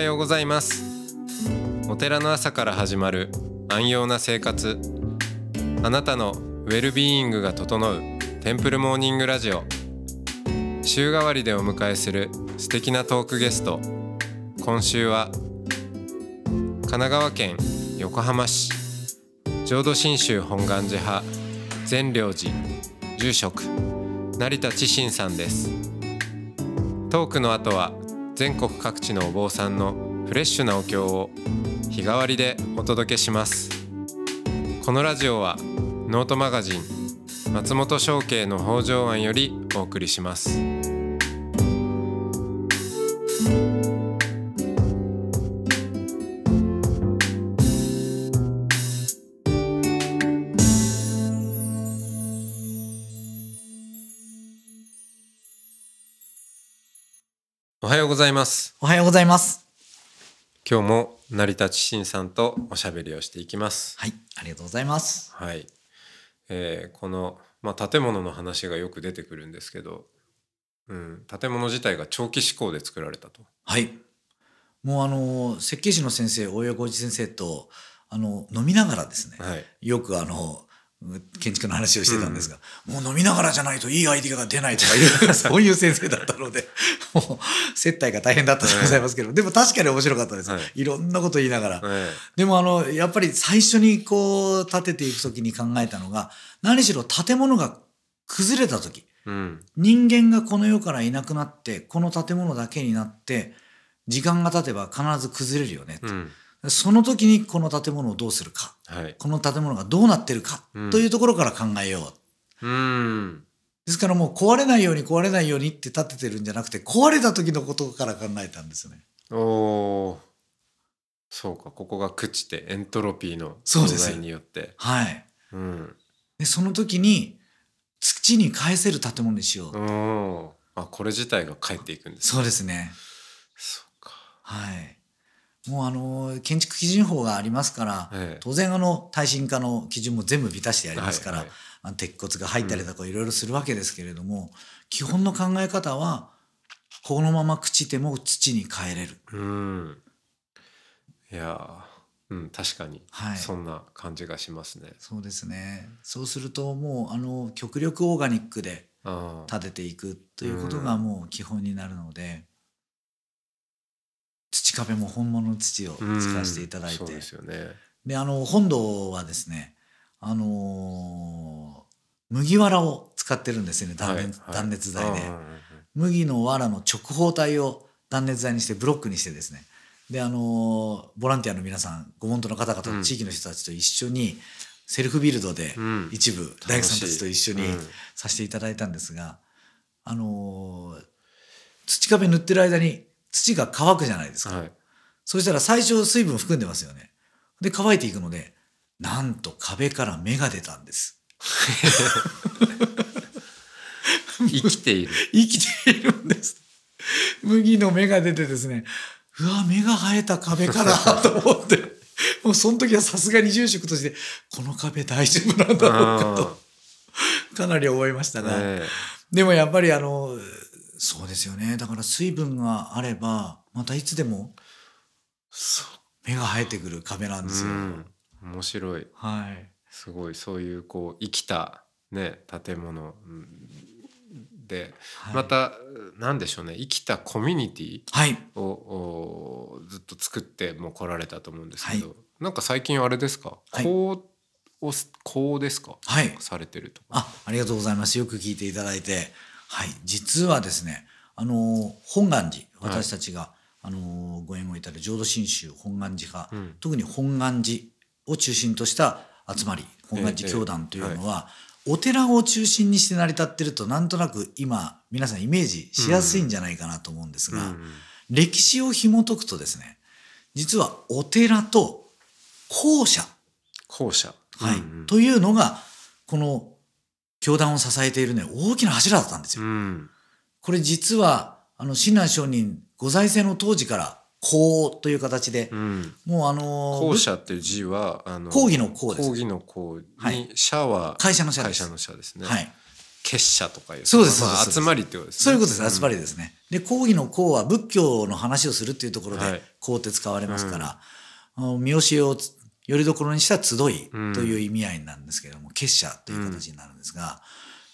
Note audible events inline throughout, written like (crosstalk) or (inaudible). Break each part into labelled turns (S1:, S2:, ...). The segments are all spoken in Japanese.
S1: ようございますお寺の朝から始まる安養な生活あなたのウェルビーイングが整うテンプルモーニングラジオ週替わりでお迎えする素敵なトークゲスト今週は神奈川県横浜市浄土真宗本願寺派善良寺住職成田知信さんですトークの後は全国各地のお坊さんのフレッシュなお経を日替わりでお届けしますこのラジオはノートマガジン松本商家の北条庵よりお送りしますおはようございます
S2: おはようございます。
S1: 今日も成田知信さんとおしゃべりをしていきます
S2: はい、ありがとうございます。
S1: はい、えーこの、まあ、建物の話がよく出てくるんですけど、うん、建物自体が長期志向で作られたと。
S2: はい。もうあの設計士の先生、大岩浩二先生とあの飲みながらですね。
S1: はい、
S2: よくあの建築の話をしてたんですが、もう飲みながらじゃないといいアイディアが出ないとかいう (laughs) そういう先生だったので、もう接待が大変だったでございますけど、でも確かに面白かったです。
S1: はい
S2: い、ろんなこと言いながら。
S1: え
S2: でもあのやっぱり最初にこう建てていく時に考えたのが何しろ建物が崩れた時
S1: えうん
S2: 人間がこの世からいなくなってこの建物だけになって時間が経てば必ず崩れるよね、
S1: うん
S2: その時にこの建物をどうするか
S1: はい、
S2: この建物がどうなってるか
S1: うん
S2: というところから考えよう、
S1: うん
S2: ですからもう壊れないように壊れないようにって建ててるんじゃなくて壊れた時のことから考えたんですよね
S1: おーそうかここが朽ちてエントロピーの
S2: そう
S1: 素
S2: です
S1: 材によって
S2: はい
S1: うん
S2: でその時に土に返せる建物にしよう、
S1: おーあこれ自体が帰っていくんです
S2: そうですね
S1: そうか、
S2: はいもうあの建築基準法がありますから、
S1: え
S2: 当然あの耐震化の基準も全部満たしてや
S1: え
S2: りますから、
S1: はいはい
S2: あの鉄骨が入ったりとかいろいろするわけですけれども、基本の考え方はこのまま朽ちても土に帰れる、
S1: うんいやーうん確かに、
S2: はい、
S1: そんな感じがしますね
S2: そうですねそうするともうあの極力オーガニックで
S1: ああ
S2: 建てていくということがもう基本になるので、土壁も本物の土を
S1: うん
S2: 使わせていただいて、
S1: そうですよね
S2: であの本堂はですねあのー麦わらを使ってるんですよね断熱,、
S1: はいはい
S2: 断熱材で
S1: うんうんうん
S2: 麦のわらの直方体を断熱材にしてブロックにしてですねであのーボランティアの皆さんご門徒の方々、
S1: うん
S2: 地域の人たちと一緒にセルフビルドで
S1: うん
S2: 一部、大工さんたちと一緒に
S1: うん
S2: させていただいたんですが、あのー土壁塗ってる間に土が乾くじゃないですか。
S1: はい、
S2: そしたら最初水分含んでますよね。で、乾いていくので、なんと壁から芽が出たんです。
S1: 生きてい
S2: (laughs)
S1: る、
S2: 生きているんです。麦の芽が出てですね、うわ、芽が生えた壁かな (laughs) と思って、もうその時はさすがに住職として、この壁大丈夫なんだろうかと、かなり思いました
S1: うん
S2: が、
S1: ええ
S2: でもやっぱりあの、そうですよね。だから水分があれば、またいつでも芽が生えてくる壁なんですよ。
S1: うん面白い
S2: はい。
S1: すごいそういうこう生きたね建物うんで、
S2: はい
S1: ま、たなんでしょうね生きたコミュニティ
S2: はい。
S1: をおずっと作ってもう来られたと思うんですけど、なんか最近あれですか、
S2: はい
S1: こうをすこうですか、
S2: はい
S1: されてるとか
S2: あ、ありがとうございます。よく聞いていただいて。はい。実はですね、あの、本願寺、
S1: はい
S2: 私たちが、あの、ご縁をいただいた浄土真宗本願寺派、
S1: うん
S2: 特に本願寺を中心とした集まり、本願寺教団というのは、お寺を中心にして成り立ってると、なんとなく今、皆さんイメージしやすいんじゃないかなと思うんです
S1: う
S2: が、
S1: ん
S2: 歴史を紐解くとですね、実はお寺と校舎、
S1: 校舎
S2: はい
S1: うんうん
S2: というのがこの教団を支えているね大きな柱だったんですよ。
S1: うん
S2: これ実はあの親鸞上人ご在世の当時から公という形で、
S1: うん
S2: もうあのー
S1: 校舎っていう字はあの
S2: 講義の講です
S1: 講義の講に、
S2: はい
S1: 社は
S2: 会社の社です
S1: 会社の社ですね。
S2: はい
S1: 結社とかいう
S2: そうです
S1: まあ
S2: そうで
S1: 集
S2: す
S1: まりってことですね
S2: そういうことです、集ま
S1: り
S2: りですね。で、講義の講は仏教の話をするっていうところ
S1: はい
S2: で、講って使われますから、あの見教えをつよりどころにした集い
S1: うん
S2: という意味合いなんですけれども、結社という形になるんですが、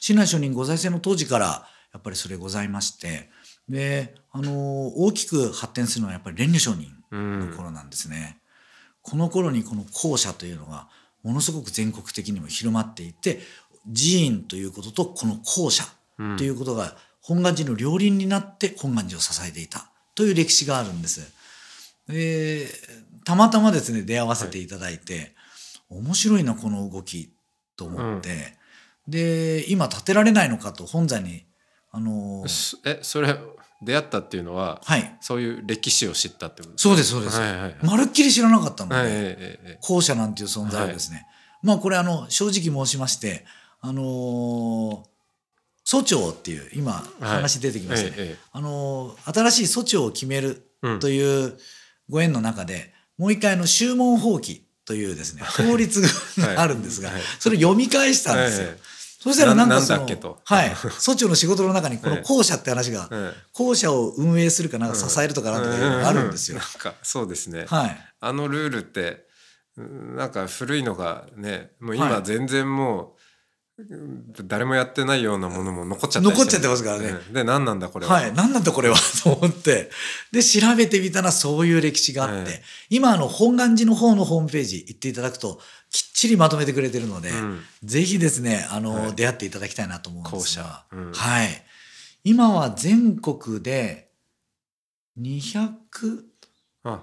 S2: 親鸞上人ご在政の当時から、やっぱりそれございまして、で、あの大きく発展するのはやっぱり蓮如上人の頃なんですね。この頃にこの校舎というのがものすごく全国的にも広まっていて寺院ということとこの校舎ということが本願寺の両輪になって本願寺を支えていたという歴史があるんです。でたまたまですね出会わせていただいて、面白いなこの動きと思って、で今建てられないのかと本山にあのー
S1: えそれ出会ったっていうのは
S2: はい
S1: そういう歴史を知ったってことです
S2: そうですそうです、
S1: はいはいはい
S2: まるっきり知らなかったので、
S1: はいはいはいはい
S2: 後者なんていう存在をですね、まあこれあの正直申しましてあのー、蘇長っていう今
S1: はい
S2: 話出てきましたね、
S1: ええええ
S2: あのー新しい蘇長を決める
S1: うん
S2: というご縁の中で、もう一回あの宗門法規というですね法律
S1: はい
S2: があるんですが、
S1: はい
S2: それ読み返したんですよ、
S1: ええ
S2: そしたらなんか
S1: な
S2: そ
S1: なん
S2: の
S1: だっけと
S2: はい蘇長の仕事の中にこの後者って話が、
S1: ええ
S2: 後者を運営するかなんか支えるとかなんとかいうのがあるんですよ
S1: う、うなんかそうですね、
S2: はい
S1: あのルールってうんなんか古いのがねもう
S2: は
S1: 今
S2: い
S1: 全然もう、うん誰もやってないようなものも残っちゃったり
S2: 残っちゃってますからね
S1: うんで何なんだこれは、
S2: はい、何なんだこれは (laughs) と思ってで調べてみたらそういう歴史があって、
S1: ええ
S2: 今あの本願寺の方のホームページ行っていただくときっちりまとめてくれてるので、
S1: うん
S2: ぜひですねあの、
S1: はい
S2: 出会っていただきたいなと思うんですが、
S1: 後者うん
S2: はい、今は全国で200
S1: あ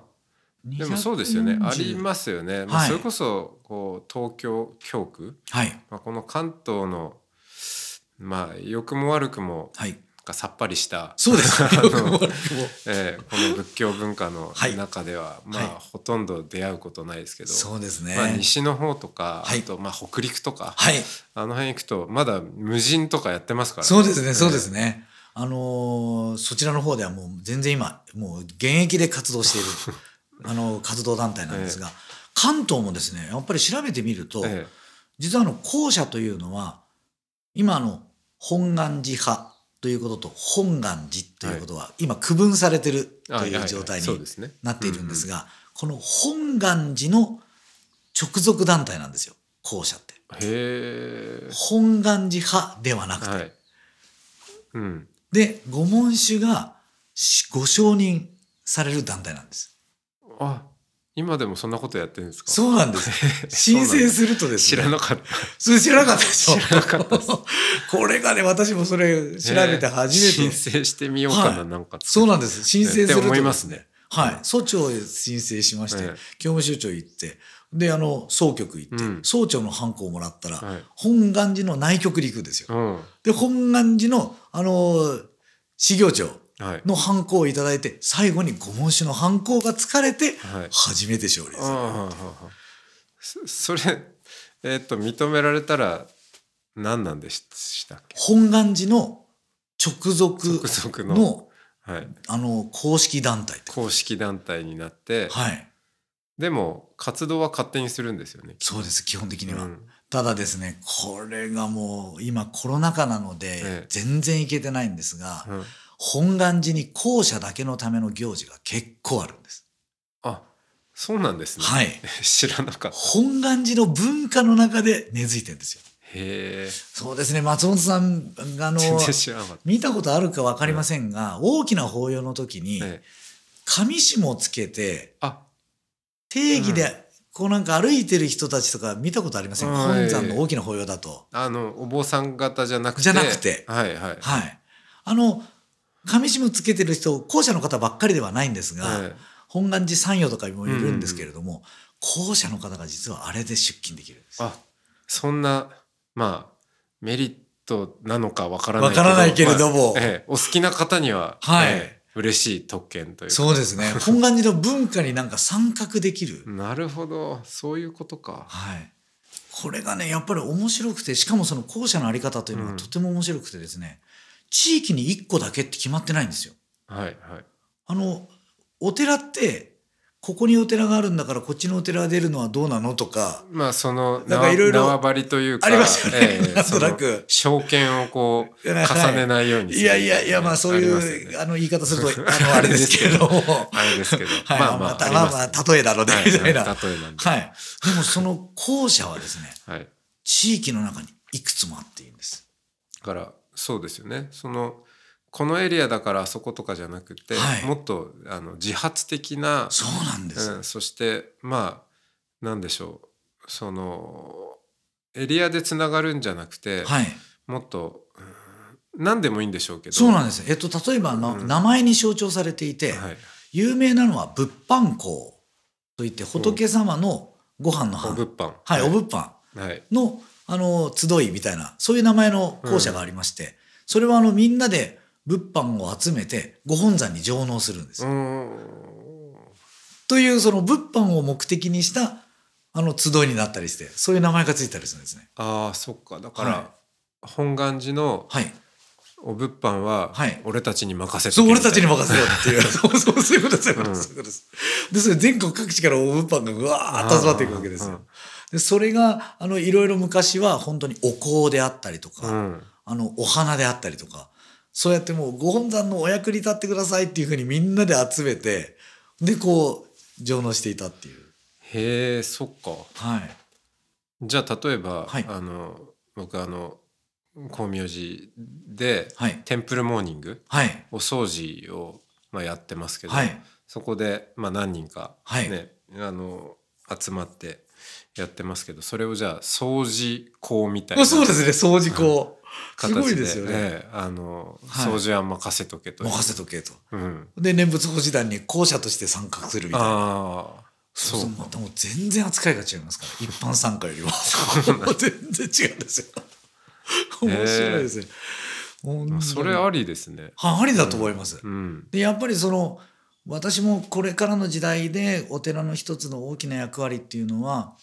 S2: 240
S1: でもそうですよねありますよね、まあ
S2: はい
S1: それこそこう東京教区、
S2: はい
S1: まあ、この関東のまあ良くも悪くも
S2: はい
S1: なんかさっぱりした
S2: そうで
S1: (laughs)
S2: す
S1: あ
S2: よ
S1: の
S2: く (laughs) も悪くも
S1: ええこの仏教文化の
S2: (laughs) はい
S1: 中では、まあ、
S2: は
S1: ほとんど出会うことないですけど、
S2: そうですね、
S1: まあ、西の方とか、
S2: はい
S1: あとまあ北陸とか、
S2: はい
S1: あの辺行くとまだ無人とかやってますから、
S2: そうですね、そうで
S1: ね。
S2: すね。あのーそちらの方ではもう全然今、もう現役で活動してい
S1: (laughs)
S2: る、あの活動団体なんですが、関東もですね、やっぱり調べてみると、
S1: え
S2: 実はあの、後者というのは、今あの、本願寺派ということと、本願寺ということは、今区分されてる
S1: えあ
S2: と
S1: はいは
S2: う状態に
S1: そうですね
S2: なっているんですが、この本願寺の直属団体なんですよ、後者って。
S1: うんへえ
S2: 本願寺派ではなくて。
S1: はいうん
S2: で、御門主がしご承認される団体なんです。
S1: あ今でもそんなことやってるんですか
S2: そうなんです。 (laughs) 申請するとです
S1: 知
S2: ね。
S1: らなかった
S2: それ知らなかったでしょ。
S1: 知らなかったで
S2: (laughs) これがね、私もそれ調べて初め
S1: 申
S2: て。
S1: 請してみようかな、
S2: はい
S1: なんか
S2: そうなんです。申請すると
S1: って思いますね。
S2: はい。総長へ申請しまして、
S1: ええ
S2: 教務首長行って、で、あの、総局行って、
S1: うん
S2: 総長のハンコをもらったら、
S1: はい
S2: 本願寺の内局に行くんですよ。
S1: うんは
S2: で、本願寺の、あのー、修行長
S1: い
S2: のハンコをいただいて、最後に御門主のハンコがつかれて、
S1: はい
S2: 初めて勝利
S1: あ
S2: です
S1: あ
S2: る。
S1: はあはあそそれえっ、と認められたら何なんでしたっけ
S2: 本願寺の直属
S1: 直属
S2: の
S1: の、はい、
S2: あの公式団体って。
S1: 公式団体になって、
S2: はい。
S1: でも活動は勝手にするんですよね。
S2: そうです、基本的には。
S1: うん
S2: ただですね、これがもう今コロナ禍なので、
S1: ええ
S2: 全然行けてないんですが、
S1: うん
S2: 本願寺に校舎だけのための行事が結構あるんです。
S1: あそうなんですね。
S2: はい。
S1: (laughs) 知らなかった。
S2: 本願寺の文化の中で根付いてるんですよ。
S1: へえ
S2: そうですね、松本さんがあの、
S1: 全然知らなかった。
S2: 見たことあるか分かりませんが、大きな法要の時に、
S1: ええ
S2: 紙紐をつけて
S1: あ
S2: 定義で、
S1: う
S2: こうなんか歩いてる人たちとか見たことありません、
S1: うん
S2: 本山の大きな法要だと。
S1: あのお坊さん方じゃなくて
S2: じゃなくて
S1: はいはい。
S2: はい。あの、紙紐つけてる人、後者の方ばっかりではないんですが、
S1: ええ
S2: 本願寺参与とかにもいるんですけれども、後者の方が実はあれで出勤できるんです。
S1: あそんなまあメリットなのかわからない
S2: わからないけれど
S1: も、
S2: も、
S1: まあええお好きな方には、
S2: はい
S1: ええ嬉しい特権というか
S2: そうですね。本願寺の文化になんか参画できる。
S1: なるほどそういうことか。
S2: はい、これがねやっぱり面白くてしかもその校舎の在り方というの
S1: う
S2: が
S1: ん
S2: とても面白くてですね、地域に1個だけって決まってないんですよ。
S1: はいはい。
S2: あのお寺ってここにお寺があるんだからこっちのお寺が出るのはどうなのとか
S1: まあその
S2: なんかいろいろ
S1: 縄張りというか
S2: ありますよね
S1: ええ
S2: なんとなく
S1: その証券をこう重ねないようにす
S2: い
S1: る
S2: やいやいやまあそうい
S1: りますよ
S2: う
S1: ね
S2: あの言い方するとあのあれですけれども
S1: (laughs) あれですけど
S2: はいまあまたまあまあ
S1: り
S2: 例えだろうね
S1: ます
S2: みたいな
S1: は
S2: はい
S1: 例えなんで
S2: いでもその校舎はですね
S1: はいだ
S2: 地域の中にいくつもあっていいんです
S1: からそうですよねそのこのエリアだからあそことかじゃなくて
S2: はい
S1: もっとあの自発的な
S2: そうなんです、
S1: うん、そしてまあなんでしょうそのエリアでつながるんじゃなくて、
S2: はい
S1: もっと、うん、何でもいいんでしょうけど
S2: そうなん
S1: で
S2: ですえっと例えば、まあ
S1: うん
S2: 名前に象徴されていて、
S1: はい、
S2: 有名なのは仏飯公といって仏様のご飯の
S1: お物
S2: 飯
S1: 販
S2: はいお仏飯
S1: はい
S2: のあの集いみたいなそういう名前の校舎がありまして、それはあのみんなで物販を集めてご本山に上納するんで
S1: う
S2: す、
S1: ーん
S2: というその物販を目的にしたあの集いになったりしてそういう名前がついたりするんですね
S1: ああそっかだから、
S2: は
S1: 本願寺の
S2: はい
S1: お物販は
S2: はい
S1: 俺たちに任せと
S2: そう
S1: け
S2: 俺たちに
S1: み
S2: 任せよう
S1: (laughs)
S2: っていうそうそうそういうことですそういうことで
S1: うん
S2: すそういうことですでそれ全国各地からお物販がうわ
S1: たいな
S2: ーっと集まっていくわけですよでそれがあのいろいろ昔は本当にお香であったりと
S1: う
S2: か、
S1: んうん
S2: あのお花であったりとかそうやってもうご本山のお役に立ってくださいっていうふうにみんなで集めてでこう上納していたっていう
S1: へえそっか
S2: はい
S1: じゃあ例えば、
S2: はい
S1: あの僕あの光明寺で、
S2: はい
S1: テンプルモーニング
S2: はい
S1: お掃除を、まあ、やってますけど、
S2: はい
S1: そこで、まあ、何人か、
S2: はい
S1: ねあの集まってやってますけどそれをじゃあ掃除工みたいな
S2: そうですね掃除工、す
S1: 形
S2: ごいですよね、
S1: ええあの
S2: はい
S1: 掃除は任せとけという、
S2: 任せとけと
S1: うん、
S2: で念仏保持団に後者として参加するみたいな
S1: ああ
S2: そう
S1: そう
S2: またもう全然扱いが違いますから一般参加よりは全然違うんですよ面白いですね、本当に
S1: それありですね、
S2: はありだと思います、
S1: うん、
S2: でやっぱりその私もこれからの時代でお寺の一つの大きな役割っていうのは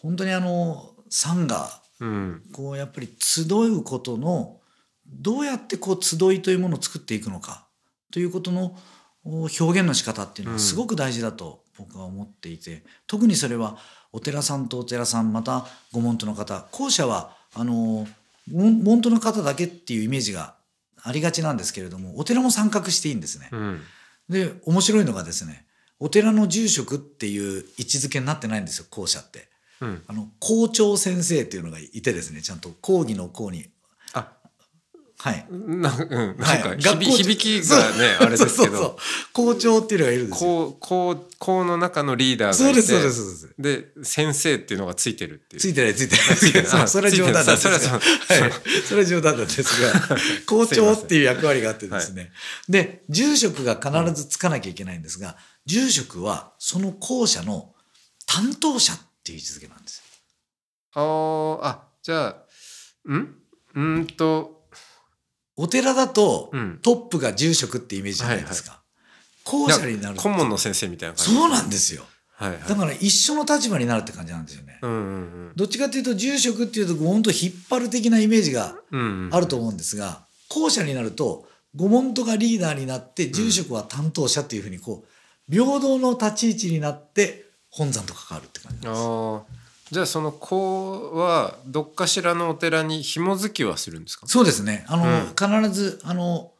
S2: 本当にあの参が
S1: うん、
S2: こうやっぱり集うことのどうやってこう集いというものを作っていくのかということのお表現の仕方っていう
S1: う
S2: のは
S1: ん
S2: すごく大事だと僕は思っていて、特にそれはお寺さんとお寺さんまたご門徒の方後者はあの門門徒の方だけっていうイメージがありがちなんですけれどもお寺も参画していいんですね。
S1: うん、
S2: で面白いのがですねお寺の住職っていう位置づけになってないんですよ校舎って。
S1: うん、
S2: あの校長先生っていうのがいてですねちゃんと講義の講に
S1: あ
S2: はい
S1: なんか、うん、
S2: は
S1: ないんか
S2: 学校
S1: 響響きがねあれですけど
S2: (laughs) そうそうそう校長っていうのがいるんですよ
S1: こうこうこうの中のリーダーがいて
S2: そうですそうですそうです
S1: で先生っていうのがついてるっていう
S2: ついてないついてないついてないそう
S1: あ
S2: それは冗談なんですが
S1: ついてないそれは
S2: は
S1: い
S2: それは冗談なんです (laughs) が校長っていう役割があってですねで住職が必ずつかなきゃいけないんですが住職はその校舎の担当者っていう位置づけなんですよ
S1: あーあじゃあんうーんと
S2: お寺だと
S1: うん
S2: トップが住職ってイメージじゃないですか校舎になる
S1: 顧問の先生みたいな感じ
S2: そうなんですよ
S1: はいはい
S2: だから一緒の立場になるって感じなんですよね。
S1: うんうん
S2: どっちかっていうと住職っていうと本当引っ張る的なイメージが
S1: うんうんうん
S2: あると思うんですが後者になると御門徒がリーダーになって住職は担当者っていうふうにこう平等の立ち位置になって本山と関わるって感じ
S1: あ
S2: なんです。
S1: ーじゃあその子はどっかしらのお寺に紐づきはするんですか
S2: そうですねあの、
S1: う
S2: 必ずあの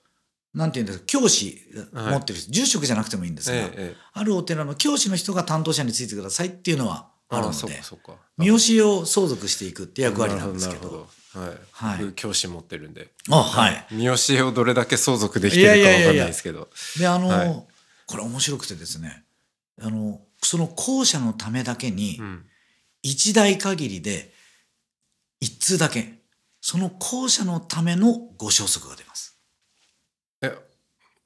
S2: なんていうんですか教師
S1: はい
S2: 持ってる人、住職じゃなくてもいいんですが、
S1: ええええ
S2: あるお寺の教師の人が担当者についてくださいっていうのはあるの
S1: ーそう
S2: で
S1: かそうか
S2: 見教えを相続していくって役割なんですけ
S1: るほ
S2: ど。
S1: どなるほどは
S2: はいい
S1: 僕教師持ってるんで
S2: あはい、
S1: 見教えをどれだけ相続できてるか
S2: いやいや
S1: わかん
S2: いやい
S1: な
S2: や
S1: いですけど
S2: であの、
S1: はい
S2: これ面白くてですねあのその後者のためだけに
S1: うん
S2: 一台限りで一通だけその後者のためのご消息が出ます
S1: え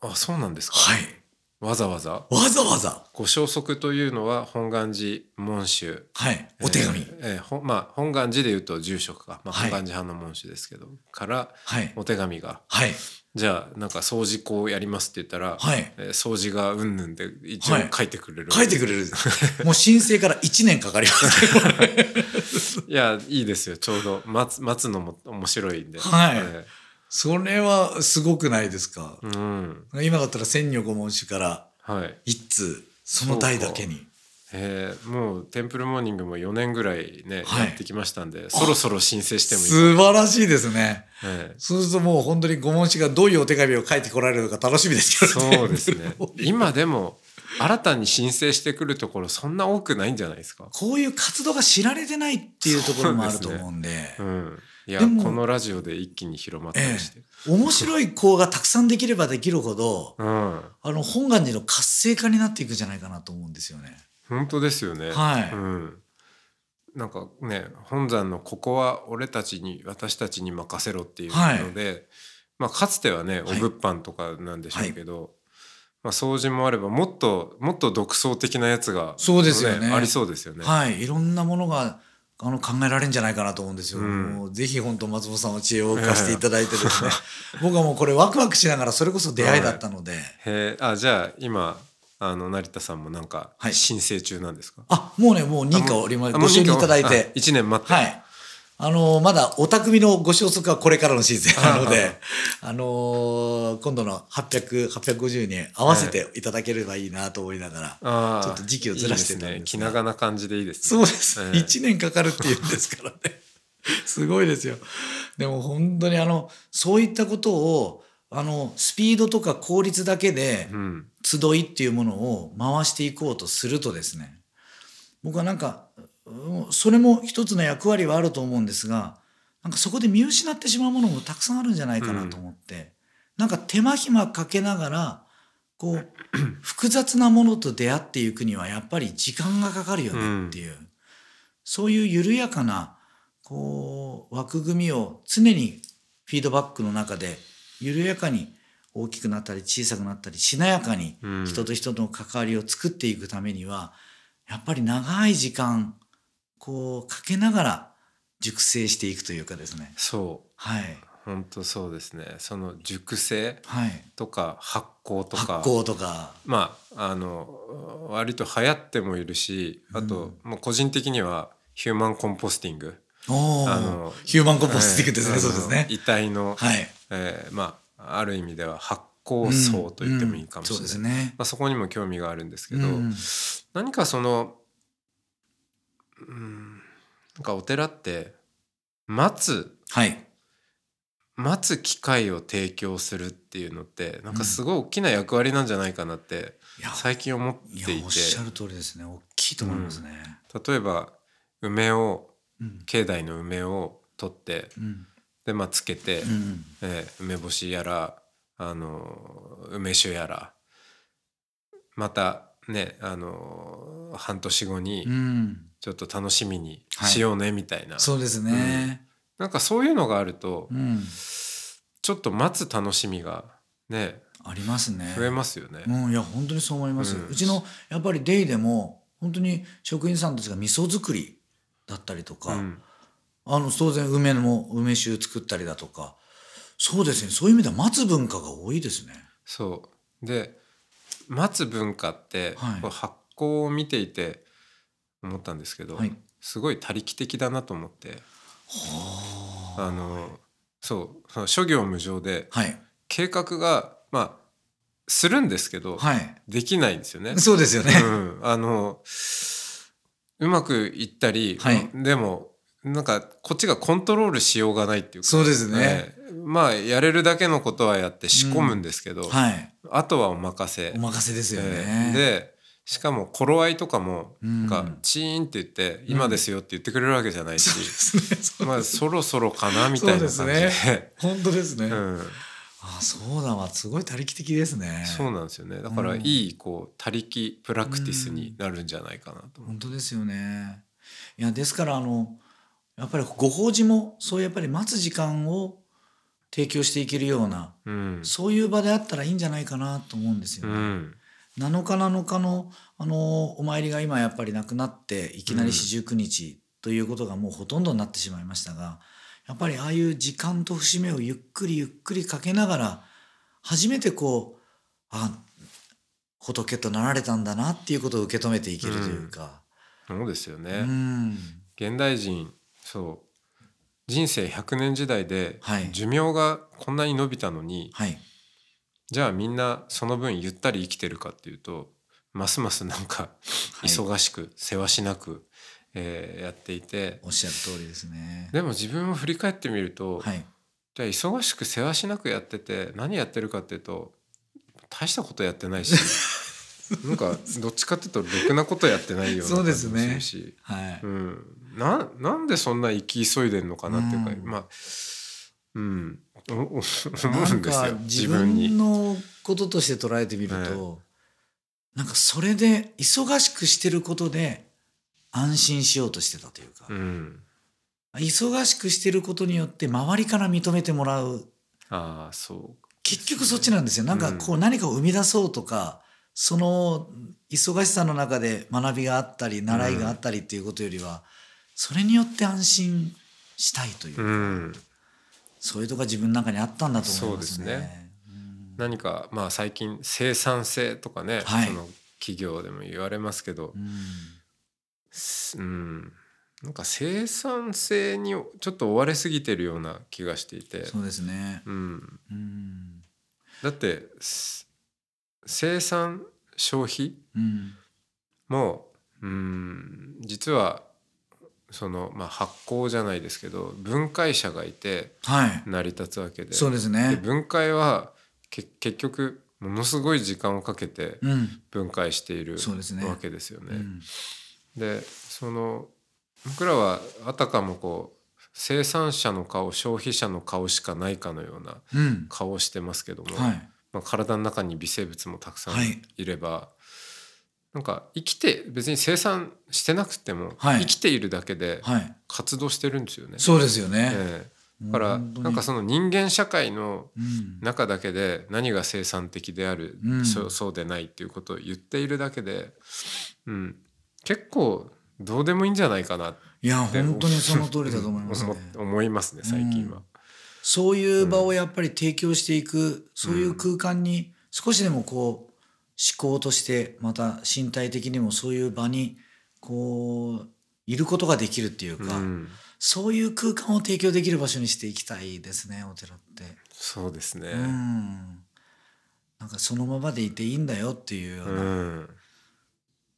S1: あそうなんですか
S2: はい
S1: わざわざ
S2: わざわざ
S1: ご消息というのは本願寺門主
S2: はいお手紙、
S1: えーえーほまあ、本願寺でいうと住職か、まあ、
S2: は
S1: 本
S2: い
S1: 願寺派の門主ですけど、から
S2: はい
S1: お手紙が
S2: はい
S1: じゃあなんか掃除工をやりますって言ったら、
S2: はい
S1: えー掃除がうんぬんで一応
S2: はい
S1: 書いてくれる、
S2: 書いてくれる (laughs) もう申請から1年かかります (laughs) ね
S1: いやいいですよちょうど待つ待つのも面白いんで
S2: はい
S1: え
S2: それはすごくないですか
S1: ーうん
S2: 今だったら千女御門主から
S1: はい
S2: 一通その代だけに
S1: えーもうテンプルモーニングも4年ぐらいね、
S2: はい
S1: やってきましたんでそろそろ申請してもいい
S2: 素晴らしいですね
S1: ええ
S2: そうするともう本当にご問師がどういうお手紙を書いてこられるか楽しみですけどね
S1: そうです
S2: (laughs)
S1: ね今でも新たに申請してくるところそんな多くないんじゃないですか
S2: こういう活動が知られてないっていうところもあると思うんで
S1: (laughs) うんいや
S2: でも
S1: このラジオで一気に広まったりして、
S2: 面白い子がたくさんできればできるほど
S1: うん
S2: あの本願寺の活性化になっていくんじゃないかなと思うんですよね。
S1: 本当ですよね、
S2: はい
S1: うん、なんかね本山のここは俺たちに私たちに任せろっていうので、まあ、かつてはねお
S2: はい
S1: 物販とかなんでしょうけど、まあ、掃除もあればもっともっと独創的なやつが
S2: そうですよね
S1: ありそうですよね。
S2: はい、いろんなものがあの考えられるんじゃないかなと思うんですよ。
S1: うん
S2: もうぜひ本当松本さんの知恵を貸していただいてですね、 (laughs) 僕はもうこれワクワクしながらそれこそ出会いだったので、
S1: へえあじゃあ今あの成田さんもなんか
S2: はい
S1: 申請中なんですか、
S2: あもうねもう認可をおりま
S1: あ
S2: ご承認いただいて、
S1: 1年待って、
S2: はい。あのまだお匠のご消息はこれからのシーズンな
S1: (laughs)
S2: ので、あの今度の800、850に合わせていただければいいなと思いながら、
S1: ああ
S2: ちょっと時期をずらしてたんですが
S1: いいですね気長な感じでいいです
S2: そう
S1: ね
S2: です、
S1: ええ
S2: 1年かかるっていうんですからね (laughs) すごいですよでも本当にあのそういったことをあのスピードとか効率だけで
S1: うん
S2: 集いっていうものを回していこうとするとですね僕はなんかうんそれも一つの役割はあると思うんですがなんかそこで見失ってしまうものもたくさんあるんじゃないかなと思って、なんか手間暇かけながらこう複雑なものと出会っていくにはやっぱり時間がかかるよねっていう、そういう緩やかなこう枠組みを常にフィードバックの中で緩やかに大きくなったり小さくなったりしなやかに
S1: うん
S2: 人と人との関わりを作っていくためには、やっぱり長い時間こうかけながら熟成していくというかですね
S1: そう
S2: はい
S1: 本当そうですねその熟成
S2: はい
S1: とか発酵と
S2: 発
S1: か
S2: 酵とか
S1: まああの割と流行ってもいるしあと、もう個人的にはヒューマンコンポスティング
S2: お
S1: あの
S2: ーヒューマンコンポスティングですね、
S1: はい
S2: そうです
S1: あ
S2: ね
S1: の遺体の、
S2: はい
S1: えーまあある意味では発酵層と言ってもいいかもしれない、
S2: うんうんそうですね
S1: まあ、そこにも興味があるんですけど、
S2: うん
S1: 何かそのうんなんかお寺って待つ
S2: はい
S1: 待つ機会を提供するっていうのってなんかすごい大きな役割なんじゃないかなって
S2: いや
S1: 最近思っていて
S2: いやおっしゃる通りですね大きいと思いますね、
S1: 例えば梅を
S2: うん
S1: 境内の梅を取って
S2: うん
S1: でまあつけて、
S2: うん
S1: えー梅干しやらあのー梅酒やらまたねあのー半年後に
S2: うん
S1: ちょっと楽しみに
S2: はい
S1: しようねみたいな、
S2: そうですね、
S1: なんかそういうのがあると、
S2: うん、
S1: ちょっと待つ楽しみがね
S2: ありますね
S1: 増えますよね。
S2: うん、いや本当にそう思います、
S1: う
S2: うんちのやっぱりデイでも本当に職員さんたちが味噌作りだったりとか、
S1: うん
S2: あの当然梅も梅酒作ったりだとかそうですねそういう意味では待つ文化が多いですね
S1: そうで待つ文化って、
S2: はい
S1: こう発酵を見ていて思ったんですけど、
S2: はい
S1: すごい他力的だなと思ってあのそうその諸行無常で
S2: はい
S1: 計画がまあするんですけど、 (laughs)
S2: はい
S1: できないんですよね。
S2: (laughs) そうですよね、
S1: うん、あのうまくいったり、
S2: はい
S1: でもなんかこっちがコントロールしようがないっていうか
S2: そうですね、
S1: ええまあやれるだけのことはやって仕込むんですけど、
S2: はい
S1: あとはお任せ
S2: お任せですよね、
S1: ええでしかも頃合いとかも
S2: うん
S1: なんかチーンって言って「今ですよ」って言ってくれるわけじゃない
S2: (laughs) そうで
S1: し、
S2: すねそう
S1: まあそろそろかなみたいな感じ
S2: そう
S1: で
S2: で。す本当ですね、
S1: うん、
S2: あそうだわすごい他力的ですね
S1: そうなんですよねだから
S2: うん
S1: いいこう他力プラクティスになるんじゃないかなと思う
S2: 本当ですよねいやですからあのやっぱりご法事もそういうやっぱり待つ時間を提供していけるような
S1: うん
S2: そういう場であったらいいんじゃないかなと思うんですよ
S1: う
S2: ね。
S1: ん
S2: 7日7日のあのお参りが今やっぱりなくなっていきなり四十九日ということがもうほとんどになってしまいましたがやっぱりああいう時間と節目をゆっくりゆっくりかけながら初めてこうあ仏となられたんだなっていうことを受け止めていけるというか。
S1: そうですよね、
S2: うん
S1: 現代人そう人生100年時代で
S2: はい
S1: 寿命がこんなに伸びたのに、
S2: はい
S1: じゃあみんなその分ゆったり生きてるかっていうとますますなんか
S2: い
S1: 忙しくせわしなく、えーやっていて
S2: おっしゃる通りですね。
S1: でも自分を振り返ってみると、
S2: はい。
S1: じゃあ忙しくせわしなくやってて何やってるかっていうと大したことやって
S2: (laughs)
S1: ないしなんかどっちかっていうとろくなことやってないような
S2: そう
S1: 感
S2: で
S1: じ
S2: す
S1: も
S2: ね
S1: するし。
S2: はい。
S1: うん、ななんでそんな生き急いでんのかなっていうか、
S2: うん
S1: まあうんおお思うんですよ
S2: なんか自
S1: 自分に。
S2: 分のこととして捉えてみると、なんかそれで忙しくしてることで安心しようとしてたというか、
S1: うん、
S2: 忙しくしてることによって周りから認めてもらう
S1: ああそう
S2: 結局そっちなんですよ。なんかこう
S1: う
S2: 何かを生み出そうとか、その忙しさの中で学びがあったり習いがあったりっていうことよりは、それによって安心したいという、
S1: うん、
S2: そういうとこが自分の中にあったんだと思います
S1: そ
S2: ね。
S1: うですね何か、まあ、最近生産性とかね、
S2: はい
S1: その企業でも言われますけど
S2: う、ん
S1: うん、なんか生産性にちょっと追われすぎてるような気がしていて、
S2: そうですね。
S1: うん、
S2: うん。
S1: だってす生産消費
S2: うん。
S1: もうん実はその、まあ、発酵じゃないですけど分解者がいて
S2: はい。
S1: 成り立つわけで
S2: そうです
S1: で
S2: ね。
S1: 分解はけ結局ものすごい時間をかけて
S2: うん。
S1: 分解している
S2: そうですね
S1: わけですよ
S2: う
S1: ね。
S2: ん。
S1: でその僕らはあたかもこう生産者の顔消費者の顔しかないかのような
S2: うん。
S1: 顔をしてますけども、
S2: はい。
S1: まあ、体の中に微生物もたくさん
S2: はい
S1: いれば、なんか生きて別に生産してなくても、
S2: はい
S1: 生きているだけで
S2: はい。
S1: 活動してるんですよね。
S2: そうですよね。
S1: ええだから
S2: 本当に
S1: なんかその人間社会の
S2: うん。
S1: 中だけで何が生産的である、
S2: うん
S1: そうそうでないっていうことを言っているだけで、うん、結構どうでもいいんじゃないかなって
S2: いや、本当にその通りだと思いますね。
S1: 思 (laughs) 思いますね最近は。
S2: そういう場をやっぱり提供していく、そういう空間に少しでもこう思考としてまた身体的にもそういう場にこういることができるっていう
S1: う
S2: か、
S1: ん
S2: そういう空間を提供できる場所にしていきたいですねお寺って、
S1: そうですね、
S2: うんなんかそのままでいていいんだよっていうような、
S1: うん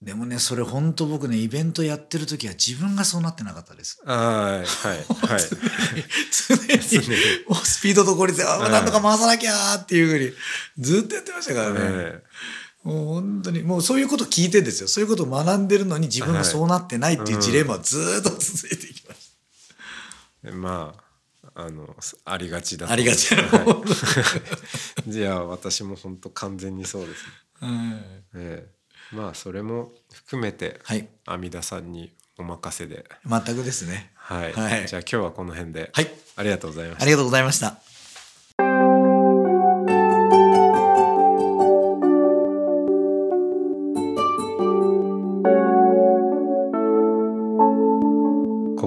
S2: でもねそれ本当僕ねイベントやってる時は自分がそうなってなかったです
S1: はいはいはい。
S2: 常に
S1: 常に
S2: もうスピードと効率で、あ
S1: はい
S2: なんとか回さなきゃーっていうふうに、ずっとやってましたからね。
S1: え
S2: もう本当に、もうそういうこと聞いてんですよ。そういうことを学んでるのに自分がそうなってないっていうジレンマはずーっと続いていきまし
S1: えまああのすありがちだ
S2: た。ありが (laughs) ちな。
S1: はい (laughs) じゃあ私も本当完全にそうですね、
S2: うん
S1: ええまあそれも含めて
S2: はい。
S1: 阿弥陀さんにお任せで
S2: 全くですね。
S1: はい、
S2: はい
S1: じゃあ今日はこの辺で、
S2: はい。
S1: ありがとうございました
S2: ありがとうございました。
S1: こ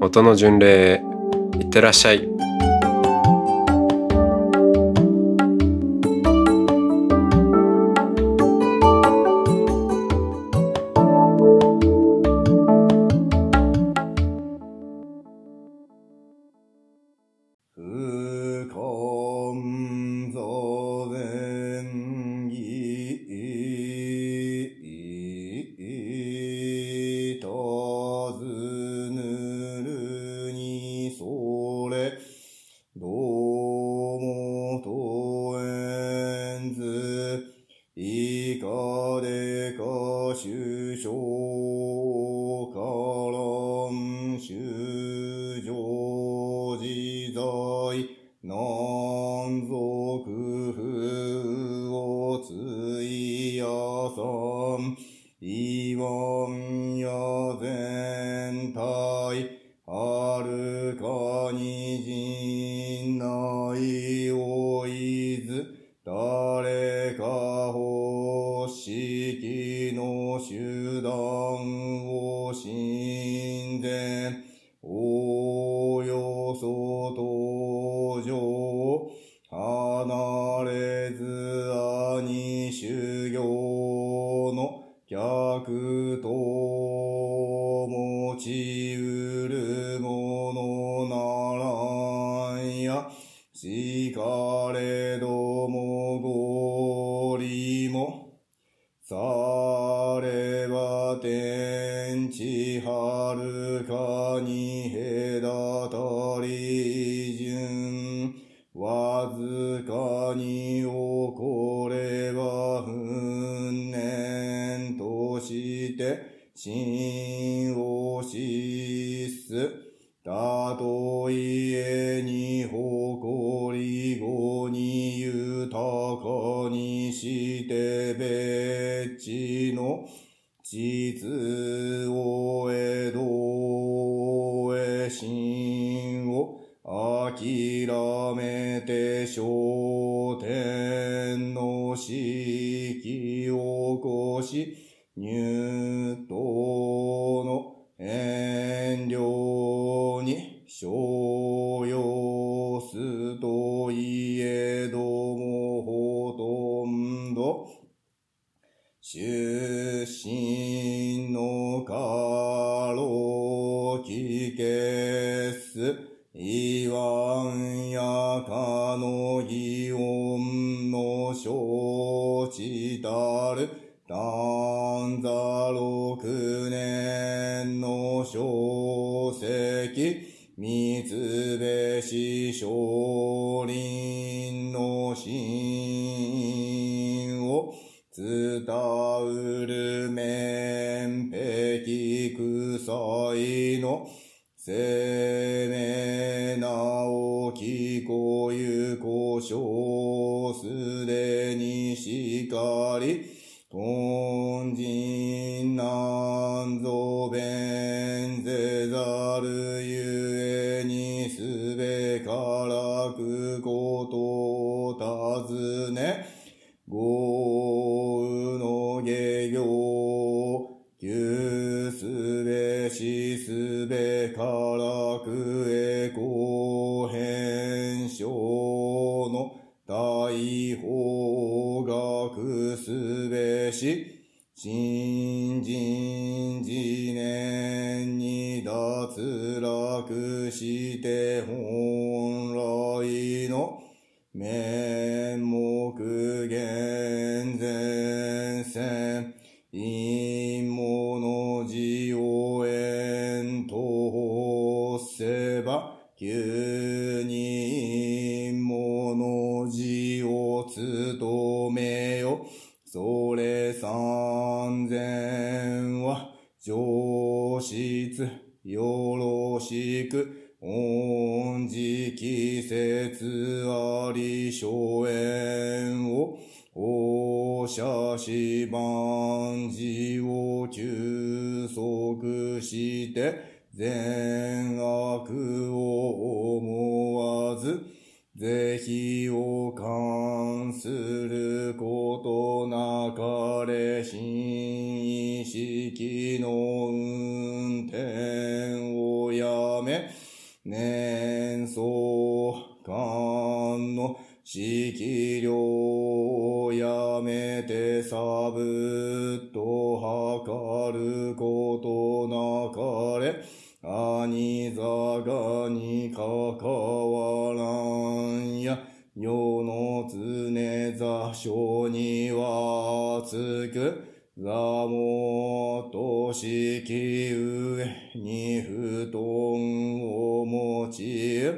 S1: 音の巡礼へいってらっしゃい
S3: 不完造善義いたずぬるにそれどうもとえんずいかでか首相からん修上自在南俗風をついやさん言わんや全体はるかに陣内をいず誰か欲しきのしかれどもごりも、されば天地はるかに隔たり順、わずかに起これば訓念として、心を失す。たとえに誇りごに豊かにして別地の実を得どえ心を諦めて焦点の式を起こし入刀の遠慮に商用すといえどもほとんど出身の過労期決す言わんやかの祇園の承知たる丹座六年の小石三つべし少林の神を伝うる面壁臭いの生命なお聞こゆこしょうすでにしかり本人なんぞ弁せざるゆえにすべからくことを尋ね、豪雨の下行、急すべしすべからくへ後変症の大法学すべし、新人次年に脱落して本来の面目厳前線、陰謀の字を縁とせば、急に陰謀の字を務めよ。それ三千は上質よろしく恩時季節あり荘園をおしゃし万事を休息して善悪を思わず是非を感することなかれ新意識の運転をやめ、年相関の式量をやめてサブと測ることなかれ、兄座がにかかわらんや、世の常座所にはつく、座元式上に布団を持ち、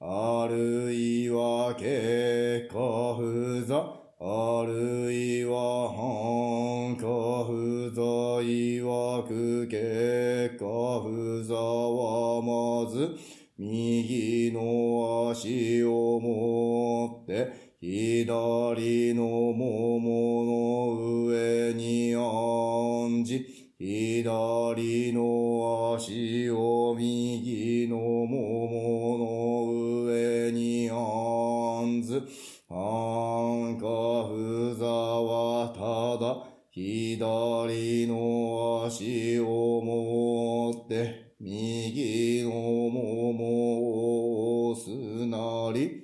S3: あるいは結果不座、あるいは半過不座、いわく結果不座はまず、右の足を持って、左のももの上に案じ、左の足を右のももの上に案ず、安価不座はただ、左の足を持って、右のももを押すなり、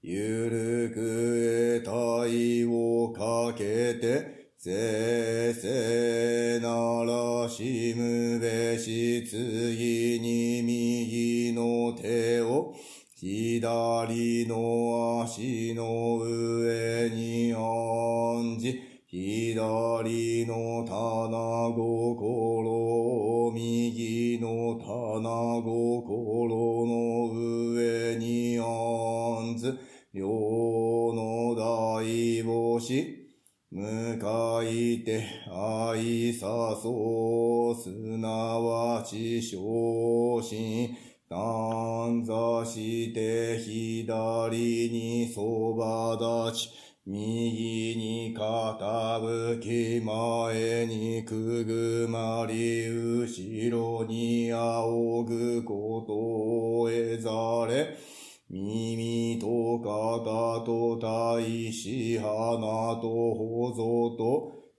S3: ゆるく体をかけて、せいせいならしむべし、次に右の手を、左の足の上に暗示、左の棚心、右の棚心の上に暗示、両の大星、向かいて愛さそう、すなわち昇進。断座して左にそば立ち、右に傾き、前にくぐまり、後ろに仰ぐことを得ざれ、耳と肩と大し鼻とほぞ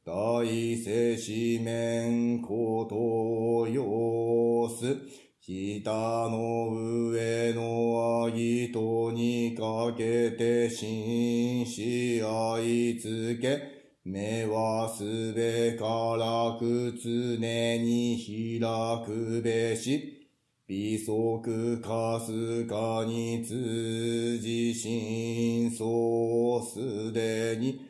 S3: と大せしめんことを要す。膝の上のあぎとにかけて紳士あいつけ。目はすべからく常に開くべし。微速かすかに通じ真相すでに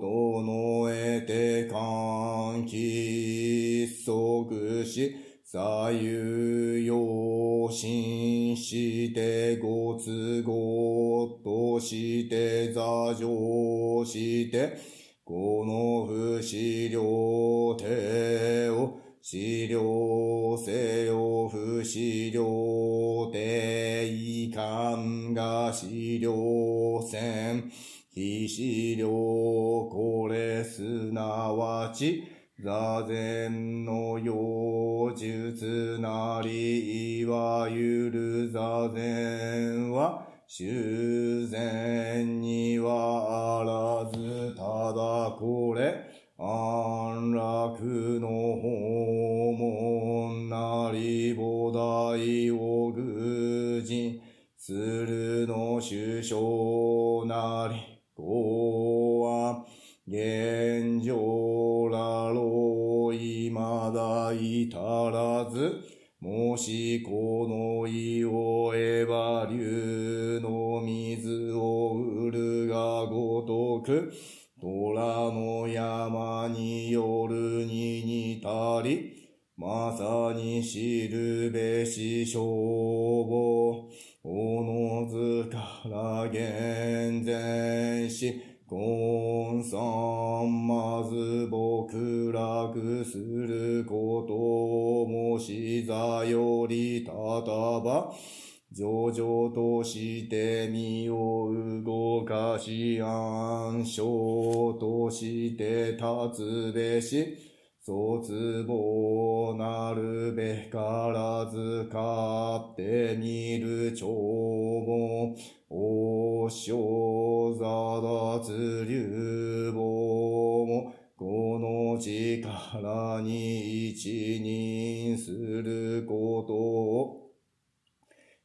S3: 整えて換気即し左右用心してご都合として座上してこの不死両手を資料せよ不資料定遺憾が資料せん。非資料これすなわち座禅の妖術なりいわゆる座禅は修禅にはあらずただこれ安楽の訪問なり菩提を偶人、鶴の首相なり、公安、現状らろう、未だ至らず、もしこの意を得ば竜の水を売るがごとく、虎の山に夜に似たり、まさに知るべし消防、おのずから厳然し、根さんまず僕らくすることもし座よりたたば、上々として身を動かし暗証として立つべし、卒望なるべからず勝手にる長文、王将座脱流亡も、この力に一任することを、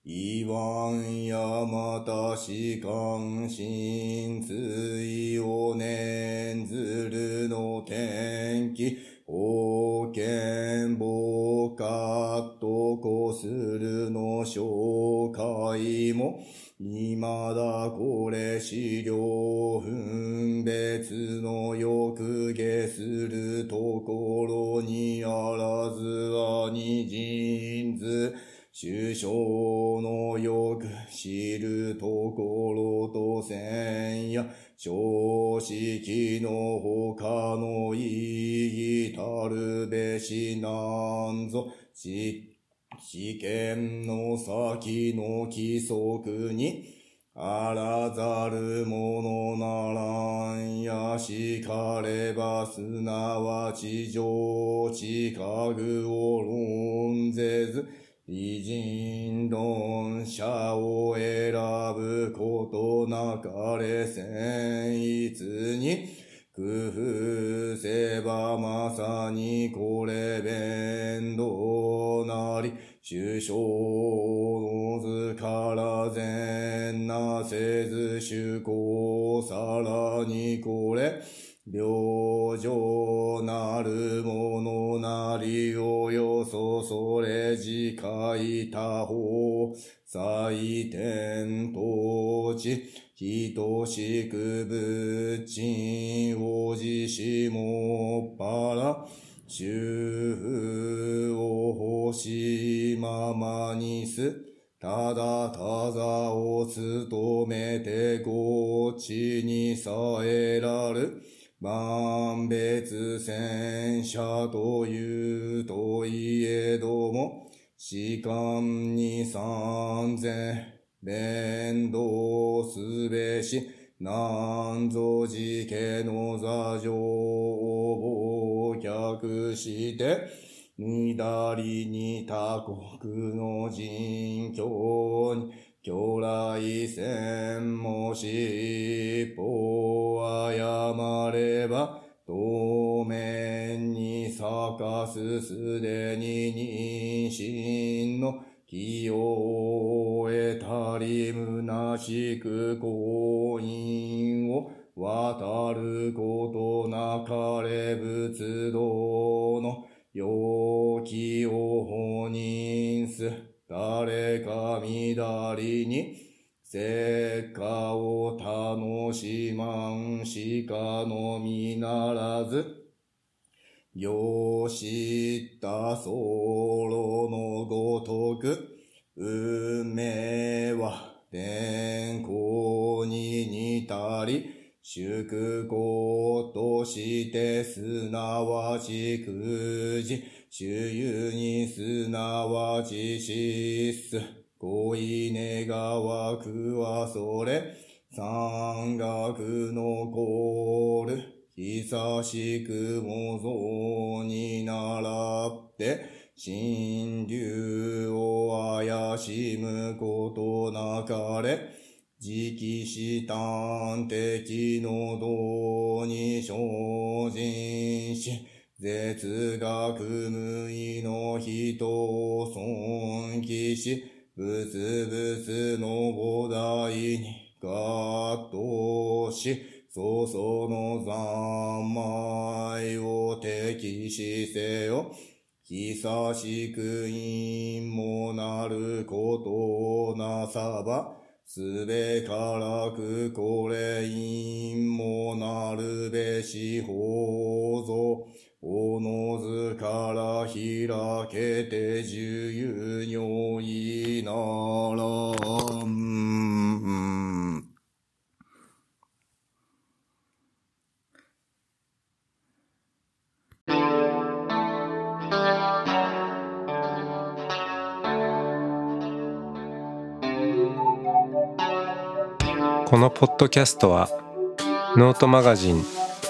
S3: 言わんやまたしかん神水を念ずるの天気、王権防火とこするの紹介も、未だこれ資料分別の欲下するところにあらずはに人ず、首相のよく知るところとせんや、正式の他の意義たるべしなんぞ、し試験の先の規則に、あらざるものならんやしかればすなわち上知覚を論ぜず、偉人論者を選ぶことなかれせんいつに、工夫せばまさにこれ弁当なり、首相の図から善なせず主公さらにこれ、病状なるものなりをよそそれ自戒他方、採点当地、等しく仏鎮を自しもっぱら、主婦を欲しいままにす。ただただを務めてご地にさえらる。万別戦車というといえども、士官に三千、弁道すべし、なんぞ事件の座上を忘却して、みだりに他国の人教に、将来戦もし一歩誤れば、当面に咲かすすでに妊娠の気を得たり虚しく婚姻を渡ることなかれ仏道の陽気を放任す。誰かみだりに、成果を楽しまんしかのみならず、よしたそろのごとく、運命は天候に似たり、宿行としてすなわちくじ、主有にすなわちしす、恋願わくはそれ、山岳のコール、久しく模造に習って、神流を怪しむことなかれ、直視端的の道に精進し、絶学無意の人を尊貴し、仏々の菩提に合同し、そその三昧を敵視せよ。久しく因もなることなさば、すべからくこれ因もなるべし法ぞ。おのずから開けて自由如意ならん。
S1: このポッドキャストはノートマガジン